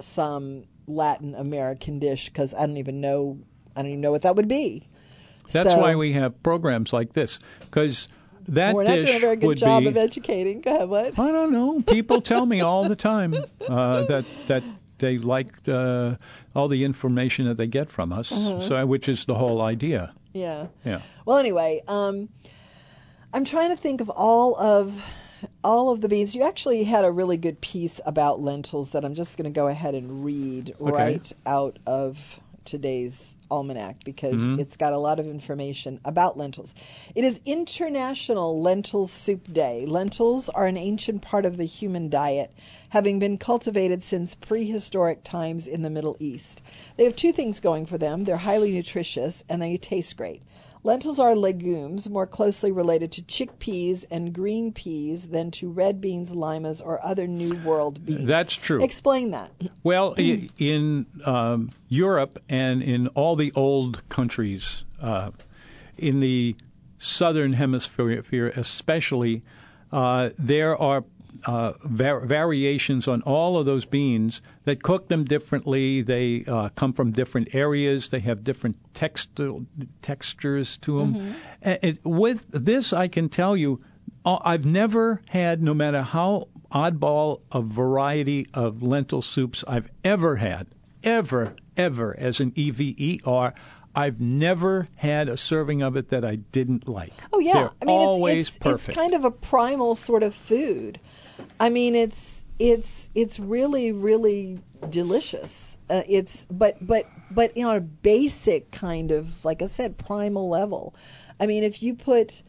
S3: some Latin American dish because I don't even know. I don't even know what that would be.
S2: That's
S3: So,
S2: why we have programs like this because that
S3: We're not
S2: dish
S3: doing a very good
S2: would
S3: job
S2: be.
S3: of educating. <laughs> Go ahead, what?
S2: I don't know. People tell me all the time uh, that that they liked uh, all the information that they get from us.
S3: Mm-hmm.
S2: So, which is the whole idea.
S3: Yeah.
S2: Yeah.
S3: Well, anyway, um, I'm trying to think of all of all of the beans. You actually had a really good piece about lentils that I'm just going to go ahead and read right out of today's almanac because
S2: Mm-hmm.
S3: it's got a lot of information about lentils. It is International Lentil Soup Day. Lentils are an ancient part of the human diet, having been cultivated since prehistoric times in the Middle East. They have two things going for them. They're highly nutritious and they taste great. Lentils are legumes more closely related to chickpeas and green peas than to red beans, limas, or other New World beans.
S2: That's true.
S3: Explain that.
S2: Well, i in um, Europe and in all the old countries, uh, in the southern hemisphere especially, uh, there are uh, var- variations on all of those beans that cook them differently. They uh, come from different areas. They have different textil- textures to them. And it, with this, I can tell you, uh, I've never had, no matter how oddball a variety of lentil soups I've ever had, ever, ever, as an E EVER, I've never had a serving of it that I didn't like.
S3: Oh yeah,
S2: They're
S3: I mean it's-
S2: always
S3: it's, it's,
S2: perfect.
S3: kind of a primal sort of food. I mean it's it's it's really really delicious. Uh, it's but but but you know, on a basic kind of like I said primal level. I mean if you put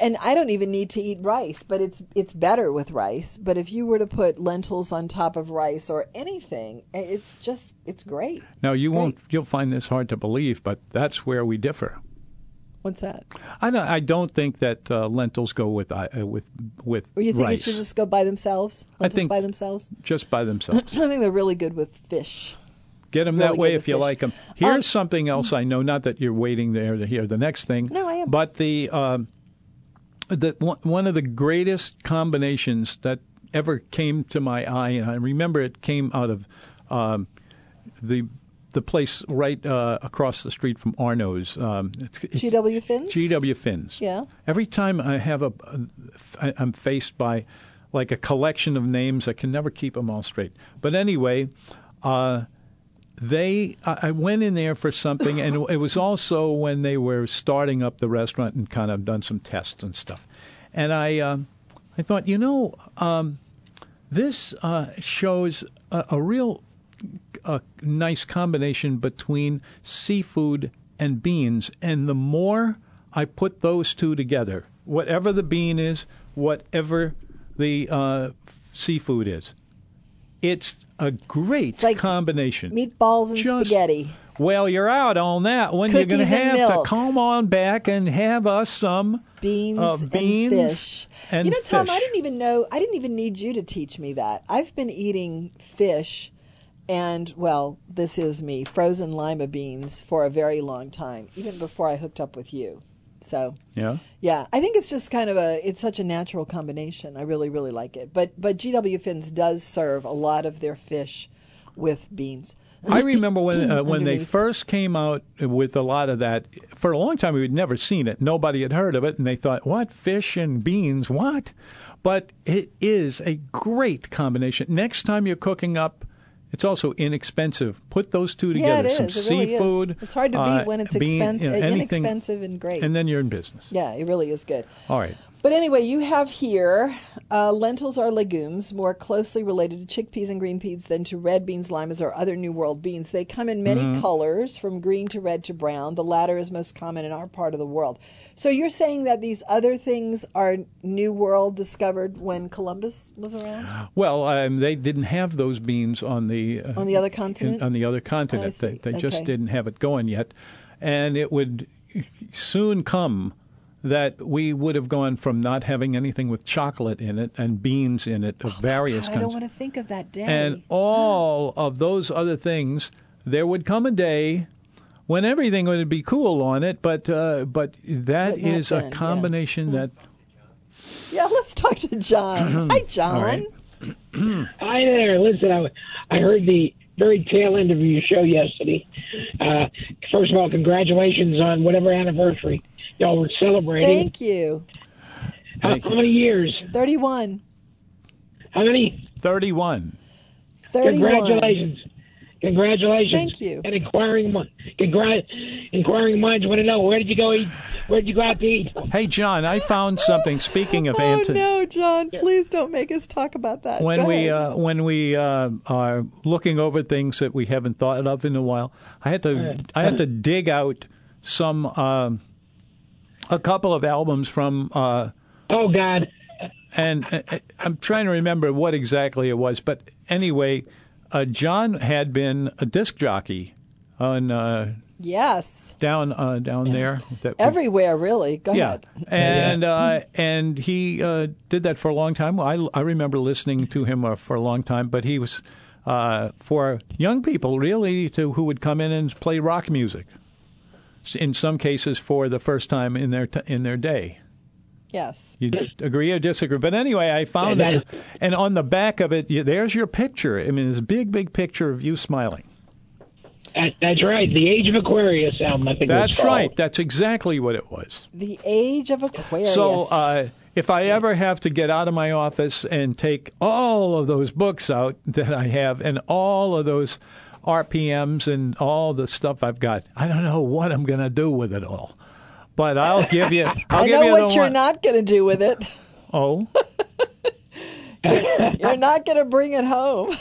S3: and I don't even need to eat rice, but it's it's better with rice. But if you were to put lentils on top of rice or anything, i- it's just it's great.
S2: Now you
S3: It's great.
S2: won't. You'll find this hard to believe, but that's where we differ.
S3: What's that?
S2: I don't. I don't think that uh, lentils go with uh, with with
S3: Or you think
S2: rice
S3: it should just go by themselves?
S2: I
S3: Lentils
S2: think-
S3: by themselves.
S2: just by themselves.
S3: I think they're really good with fish.
S2: Get them
S3: Really
S2: that way
S3: good
S2: if
S3: with
S2: you
S3: fish.
S2: like 'em. like them.
S3: Um,
S2: Here's something else I know. Not that you're waiting there to hear the next thing.
S3: No, I am.
S2: But the um, the one- one of the greatest combinations that ever came to my eye, and I remember it came out of um, the the place right uh, across the street from Arno's. Um, it's, it's-
S3: GW Fins?
S2: G.W. Fins.
S3: Yeah.
S2: Every time I have a, I, I'm faced by like a collection of names, I can never keep them all straight. But anyway, uh, they, I I went in there for something, and it was also when they were starting up the restaurant and kind of done some tests and stuff. And I, um, I thought, you know, um, this uh, shows a, a real a nice combination between seafood and beans. And the more I put those two together, whatever the bean is, whatever the uh, seafood is, it's a great
S3: like
S2: combination.
S3: meatballs and
S2: Just-
S3: spaghetti.
S2: Well, you're out on that one. you're going to
S3: Cookies and
S2: have to
S3: milk.
S2: come on back and have us some
S3: Beans,
S2: uh, beans
S3: and fish.
S2: and
S3: you know, Tom, I
S2: fish.
S3: didn't even know. I didn't even need you to teach me that. I've been eating fish, and well, this is me frozen lima beans for a very long time, even before I hooked up with you. So
S2: Yeah.
S3: Yeah, I think it's just kind of a it's such a natural combination. I really really like it. But but GW Fins does serve a lot of their fish with beans.
S2: I remember when uh, when they first came out with a lot of that. For a long time, we had never seen it. Nobody had heard of it, and they thought, "What fish and beans? What?" But it is a great combination. Next time you're cooking up, it's also inexpensive. Put those two
S3: Yeah, it
S2: together: some
S3: is. It really is.
S2: seafood. uh,
S3: It's hard to beat when it's
S2: bean-
S3: expensive-
S2: you know, anything-
S3: inexpensive and great.
S2: And then you're in business.
S3: Yeah, it really is good.
S2: All right.
S3: But anyway, you have here uh, lentils are legumes more closely related to chickpeas and green peas than to red beans, limas, or other New World beans. They come in many
S2: Mm-hmm.
S3: colors, from green to red to brown. The latter is most common in our part of the world. So you're saying that these other things are New World discovered when Columbus was
S2: <gasps>
S3: around?
S2: Well, um, they didn't have those beans on the uh,
S3: On the other continent?
S2: in- on the other continent,
S3: I
S2: they,
S3: see.
S2: they just
S3: Okay.
S2: didn't have it going yet, and it would soon come that we would have gone from not having anything with chocolate in it and beans in it of various
S3: Oh, God, I
S2: kinds,
S3: don't want to think of that day.
S2: and all of those other things. There would come a day when everything would be cool on it, but uh, but that
S3: But not
S2: is
S3: then,
S2: a
S3: yeah. Hmm.
S2: combination that
S3: yeah, let's talk
S2: <clears throat>
S3: to John. Hi, John.
S2: right.
S6: Hi there. Listen, I, I heard the very tail end of your show yesterday. Uh, first of all, congratulations on whatever anniversary y'all were celebrating.
S3: Thank you.
S6: How, how many years?
S3: 31.
S6: How many?
S2: 31.
S3: 31.
S6: Congratulations. Congratulations.
S3: Thank you.
S6: And inquiring, mi- congrat, inquiring minds want to know where did you go eat? Where did you go out to eat?
S2: Hey, John, I found something. Speaking of
S3: <laughs> oh
S2: anti-
S3: no, John! Please don't make us talk about that.
S2: when
S3: Go
S2: we
S3: ahead.
S2: uh, when we uh, are looking over things that we haven't thought of in a while, I had to I had to dig out some um a couple of albums from uh,
S6: Oh, God.
S2: and uh, I'm trying to remember what exactly it was, but anyway, uh, John had been a disc jockey on uh,
S3: Yes.
S2: down uh, down there. That we-
S3: Everywhere, really. Go
S2: yeah,
S3: ahead.
S2: and uh, and he uh, did that for a long time. I I remember listening to him uh, for a long time, but he was uh, for young people really to who would come in and play rock music. S- In some cases, for the first time in their t- in their day.
S3: Yes.
S2: You agree or disagree? But anyway, I found
S6: Yeah,
S2: it, and on the back of it, you, there's your picture. I mean, this big, big picture of you smiling.
S6: That, that's right. The Age of Aquarius album, I think. it was
S2: That's
S6: called.
S2: right. That's exactly what it was.
S3: The age of Aquarius.
S2: So uh, if I ever have to get out of my office and take all of those books out that I have and all of those RPMs and all the stuff I've got, I don't know what I'm going to do with it all. But I'll give
S3: <laughs>
S2: you. I'll
S3: I
S2: give
S3: know
S2: you
S3: what
S2: the
S3: you're
S2: one-
S3: not going to do with it.
S2: <laughs> Oh,
S3: You're not going to bring
S2: <laughs>
S3: it home.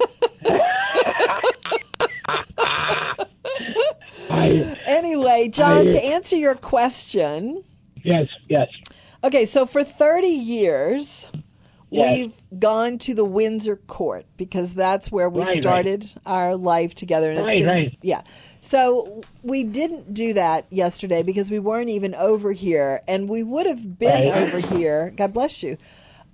S3: <laughs>
S6: I,
S3: anyway, John,
S6: I-
S3: to answer your question,
S6: yes, yes.
S3: okay, so for 30 years,
S6: Yes.
S3: we've gone to the Windsor Court because that's where we
S6: Right, right.
S3: started our life together. And it's
S6: Right,
S3: been-
S6: right.
S3: Yeah. So we didn't do that yesterday because we weren't even over here, and we would have been
S6: Right.
S3: over here. God bless you.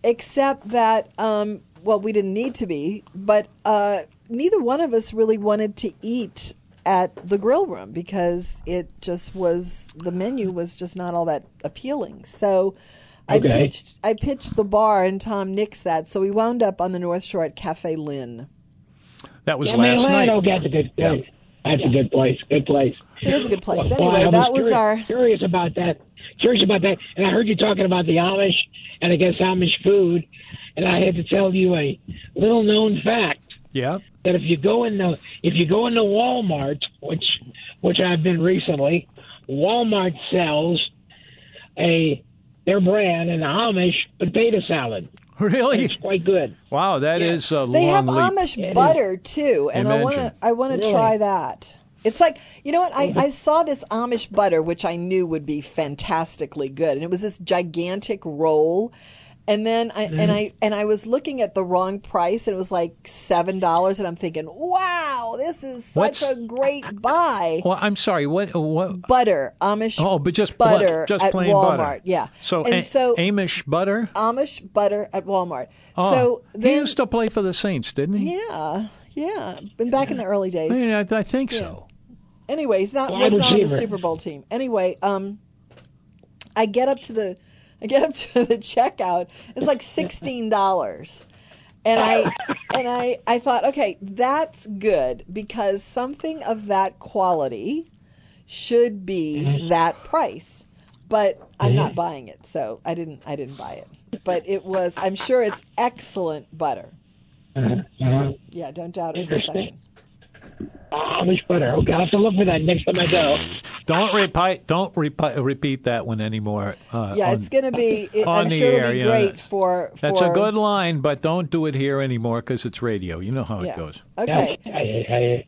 S3: Except that, um, well, we didn't need to be, but uh, neither one of us really wanted to eat at the grill room because it just was the menu was just not all that appealing. So I
S6: Okay.
S3: pitched I pitched the bar, and Tom nixed that, so we wound up on the North Shore at Cafe Lynn.
S2: that was
S6: Yeah,
S2: last
S6: man,
S2: night.
S6: Lano got the oh, good place. That's a good place. Good place.
S3: It is a good place.
S6: Well,
S3: Anyway,
S6: I
S3: that was
S6: curious,
S3: our
S6: curious about that. Curious about that. And I heard you talking about the Amish and I guess Amish food. And I had to tell you a little known fact
S2: Yeah.
S6: that if you go in the if you go into Walmart, which which I've been recently, Walmart sells a their brand an Amish potato salad.
S2: <laughs>
S6: It's
S2: Really?
S6: quite good.
S2: Wow, that is a
S3: They have
S2: long leap.
S3: Amish butter too, and I want
S2: Imagine.
S3: to. I want to
S6: Really?
S3: try that. It's like you know what I, I saw this Amish butter, which I knew would be fantastically good, and it was this gigantic roll. And then I
S2: Mm.
S3: and I and I was looking at the wrong price, and it was like seven dollars, and I'm thinking, wow, this is
S2: What's-
S3: such a great buy.
S2: Well, I'm sorry. What? What?
S3: Butter, Amish.
S2: Oh, but just pla-
S3: butter
S2: just
S3: at
S2: plain
S3: Walmart.
S2: butter.
S3: Yeah.
S2: So,
S3: and
S2: a-
S3: so
S2: Amish butter.
S3: Amish butter at Walmart.
S2: Oh,
S3: so
S2: he
S3: then,
S2: used to play for the Saints, didn't he?
S3: yeah, yeah, been back in the early days.
S2: I, mean, I, I think so.
S3: anyway, he's not
S6: Wide
S3: was not on the
S6: receiver.
S3: Super Bowl team. Anyway, um, I get up to the I get up to <laughs> the checkout. It's like sixteen dollars, and I and I I thought, okay, that's good because something of that quality should be that price. But I'm not buying it, so I didn't I didn't buy it. But it was I'm sure it's excellent butter.
S6: Uh,
S3: Yeah, don't doubt it for a
S6: Interesting.
S3: second.
S6: Amish butter. Okay, I'll have to look for that next time I go.
S2: Don't repeat. Don't repeat, repeat that one anymore. Uh,
S3: Yeah,
S2: on-
S3: it's going to be. It,
S2: on
S3: I'm
S2: the
S3: sure
S2: air,
S3: it'll be
S2: yeah.
S3: great for, for.
S2: that's a good line, but don't do it here anymore because it's radio. You know how it
S3: Yeah.
S2: goes.
S3: Okay.
S6: I, I, I,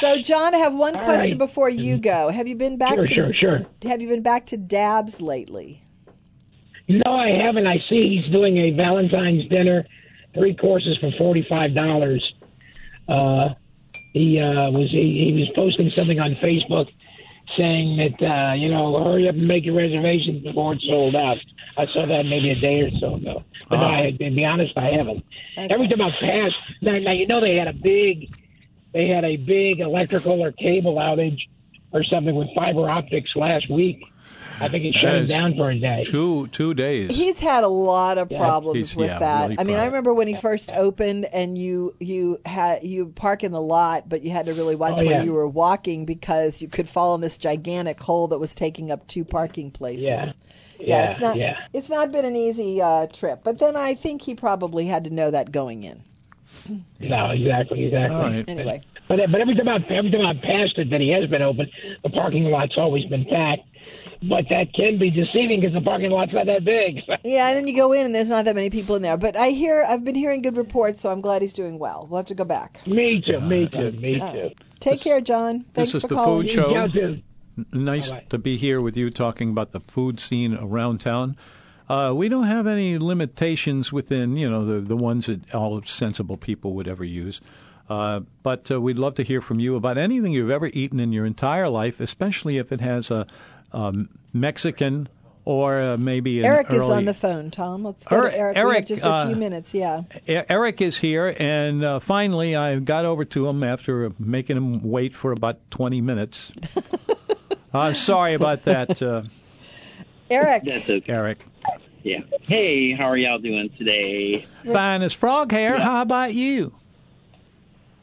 S3: So, John, I have one
S6: All
S3: question
S6: right.
S3: before you go. Have you been back?
S6: sure,
S3: to,
S6: sure, sure.
S3: Have you been back to Dabs lately?
S6: No, I haven't. I see he's doing a Valentine's dinner, three courses for forty-five dollars. Uh, he uh, was he, he was posting something on Facebook saying that uh, you know hurry up and make your reservations before it's sold out. I saw that maybe a day or so ago, but no, I, to be honest, I haven't. Every time I pass, now, now you know they had a big they had a big electrical or cable outage or something with fiber optics last week. I think it shut him
S2: Yes.
S6: down for a day.
S2: Two two days.
S3: He's had a lot of problems
S2: he's-
S3: with
S2: yeah,
S3: that.
S2: really
S3: I mean, I
S2: prob-
S3: remember when he first opened, and you you had you park in the lot, but you had to really watch
S6: Oh,
S3: where
S6: yeah.
S3: you were walking because you could fall in this gigantic hole that was taking up two parking places.
S6: Yeah.
S3: Yeah,
S6: Yeah,
S3: it's not
S6: yeah.
S3: it's not been an easy uh, trip, but then I think he probably had to know that going in.
S6: No, exactly, exactly.
S2: All right.
S3: Anyway,
S6: But but every time I every time I passed it that he has been open, the parking lot's always been packed. But that can be deceiving because the parking lot's not that big. <laughs>
S3: yeah, and then you go in and there's not that many people in there. But I hear I've been hearing good reports, so I'm glad he's doing well. We'll have to go back.
S6: me too, me too, me too.
S3: Take care, John. Thanks
S2: this is
S3: for
S2: the
S3: calling.
S2: food show.
S6: Yeah, too.
S2: Nice
S6: All right.
S2: to be here with you talking about the food scene around town. Uh, we don't have any limitations within, you know, the, the ones that all sensible people would ever use. Uh, but uh, we'd love to hear from you about anything you've ever eaten in your entire life, especially if it has a, um Mexican or uh, maybe an
S3: Eric is
S2: early-
S3: on the phone, Tom. Let's go
S2: Er-
S3: to Eric. We have
S2: Eric,
S3: just a few
S2: uh,
S3: minutes. Yeah.
S2: E- Eric is here, and uh, finally I got over to him after making him wait for about 20
S7: <laughs>
S2: minutes. I'm sorry about that, uh,
S3: Eric.
S7: That's okay.
S2: Eric.
S7: Yeah. Hey, how are y'all doing today?
S2: Fine as frog hair. How about you?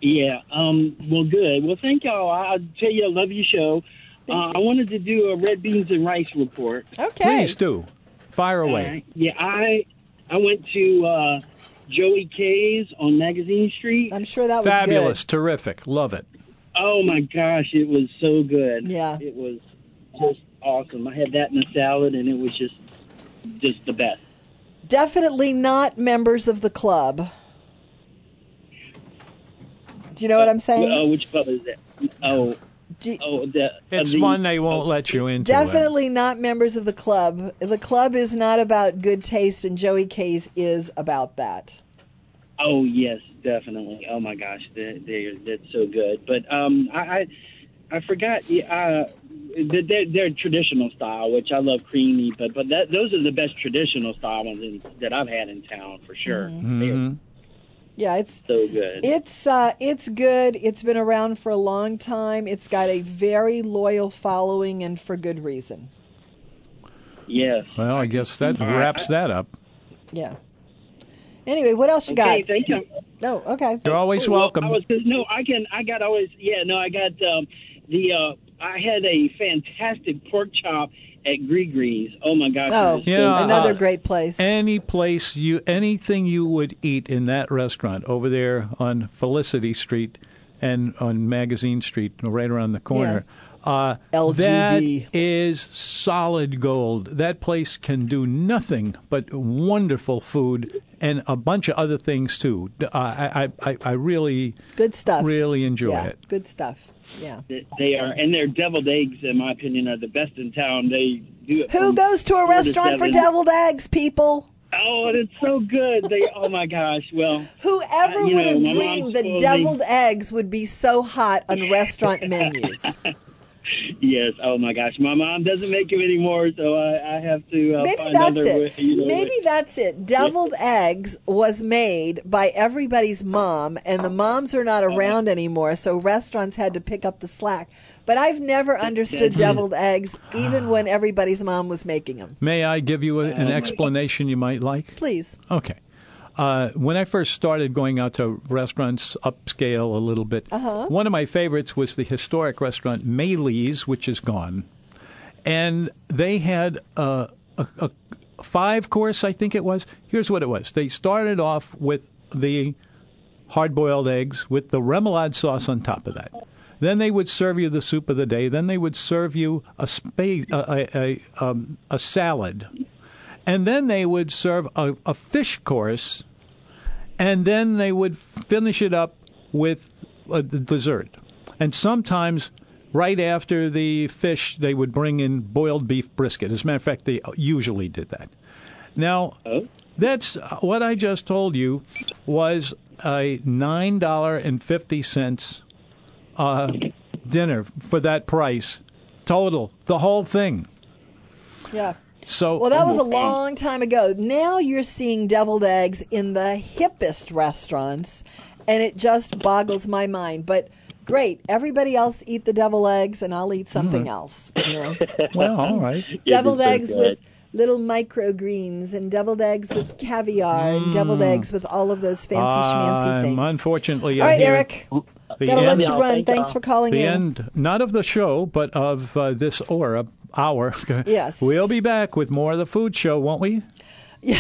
S7: Yeah. Um. Well, good. Well, thank y'all. I, I tell you, I love your show. Uh, I wanted to do a red beans and rice report.
S3: Okay.
S2: Please do. Fire away.
S7: Uh, yeah. I I went to uh, Joey K's on Magazine Street.
S3: I'm sure that was
S2: Fabulous. Terrific. Love it.
S7: Oh my gosh, it was so good.
S3: Yeah.
S7: It was just awesome. I had that in a salad, and it was just just the best.
S3: Good. Definitely not members of the club. Do you know what I'm saying?
S7: Oh, which pub is that? Oh,
S3: Do-
S7: oh, the
S2: It's
S7: the-
S2: one they won't let you into. uh, it.
S3: Definitely not members of the club. The club is not about good taste, and Joey K's is about that.
S7: Oh yes, definitely. Oh my gosh, they they that's so good. But um, I I, I forgot yeah, uh, they're, they're traditional style, which I love creamy. But but that those are the best traditional style ones in, that I've had in town for sure.
S2: Mhm.
S3: Yeah, it's
S7: They're so good.
S3: It's uh, it's good. It's been around for a long time. It's got a very loyal following, and for good reason.
S7: yes.
S2: Well, I guess that
S7: All right.
S2: wraps that up.
S3: Yeah. Anyway, what else you
S7: Okay,
S3: got?
S7: thank you.
S3: No, okay.
S2: You're always
S7: Oh, Well,
S2: welcome.
S7: I was no, I can. I got always. Yeah, no, I got um, the. Uh, I had a fantastic pork chop at Gree-Gree's. Oh my gosh! it
S3: Oh,
S7: was so
S2: You know,
S7: good.
S3: another
S2: uh,
S3: great place.
S2: any place you anything you would eat in that restaurant over there on Felicity Street and on Magazine Street, right around the corner. Uh, That
S3: LGD.
S2: is solid gold. That place can do nothing but wonderful food and a bunch of other things too. Uh, I, I, I- I really,
S3: Good stuff.
S2: really enjoy
S3: yeah,
S2: it.
S3: Good stuff. Yeah.
S7: They- They are, and their deviled eggs, in my opinion, are the best in town. They do it.
S3: Who
S7: from
S3: goes to a
S7: four
S3: restaurant for
S7: seven.
S3: deviled eggs, people?
S7: Oh, and it's so good. They. <laughs> Oh my gosh. Well,
S3: Whoever
S7: Uh, you
S3: would
S7: know,
S3: have
S7: my mom
S3: dreamed that
S7: told me-
S3: deviled eggs would be so hot on restaurant
S7: <laughs>
S3: menus?
S7: yes. Oh my gosh. My mom doesn't make them anymore, so I, I have to uh,
S3: Maybe
S7: find
S3: that's
S7: other
S3: it.
S7: way. You know,
S3: Maybe that's it. Deviled eggs was made by everybody's mom, and the moms are
S7: Uh-huh.
S3: not around anymore, so restaurants had to pick up the slack. But I've never understood deviled eggs, even
S7: <sighs>
S3: when everybody's mom was making them.
S2: May I give you a, an explanation you might like?
S3: Please.
S2: Okay. Uh, when I first started going out to restaurants upscale a little bit, one of my favorites was the historic restaurant Maylee's, which is gone. And they had uh, a, a five course, I think it was. Here's what it was they started off with the hard boiled eggs with the remoulade sauce on top of that. Then they would serve you the soup of the day. Then they would serve you a, spa- a, a, a, um, a salad and then they would serve a, a fish course, and then they would finish it up with uh, the dessert. And sometimes, right after the fish, they would bring in boiled beef brisket. As a matter of fact, they usually did that. Now, that's uh, what I just told you was a nine dollar and fifty cents uh, dinner for that price total, the whole thing.
S3: Yeah.
S2: So
S3: Well,
S7: Oh,
S3: that was a long time ago. Now you're seeing deviled eggs in the hippest restaurants, and it just boggles my mind. But great, everybody else eat the deviled eggs, and I'll eat
S7: Mm.
S3: something else. You
S7: <laughs>
S3: know?
S2: well, all right.
S7: Yeah,
S3: deviled
S7: they're so
S3: eggs
S7: good.
S3: with little microgreens and deviled eggs with caviar and deviled eggs with all of those fancy schmancy
S2: Mm. I'm
S3: things.
S2: Unfortunately,
S3: all
S2: I
S3: right,
S2: hear
S3: Eric,
S2: the
S3: gotta let
S2: end,
S3: you run. Thanks for calling
S2: the
S3: in.
S2: end, not of the show, but of uh, this aura hour. <laughs>
S3: Yes.
S2: we'll be back with more of the food show, won't we?
S3: Yeah.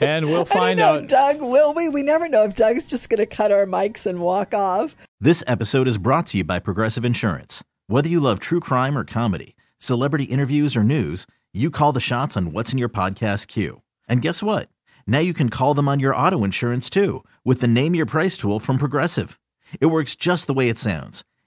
S2: and we'll
S3: <laughs> I don't
S2: find
S3: know,
S2: out.
S3: Doug. Will we? We never know if Doug's just going to cut our mics and walk off.
S8: This episode is brought to you by Progressive Insurance. Whether you love true crime or comedy, celebrity interviews or news, you call the shots on what's in your podcast queue. And guess what? Now you can call them on your auto insurance too with the Name Your Price tool from Progressive. It works just the way it sounds.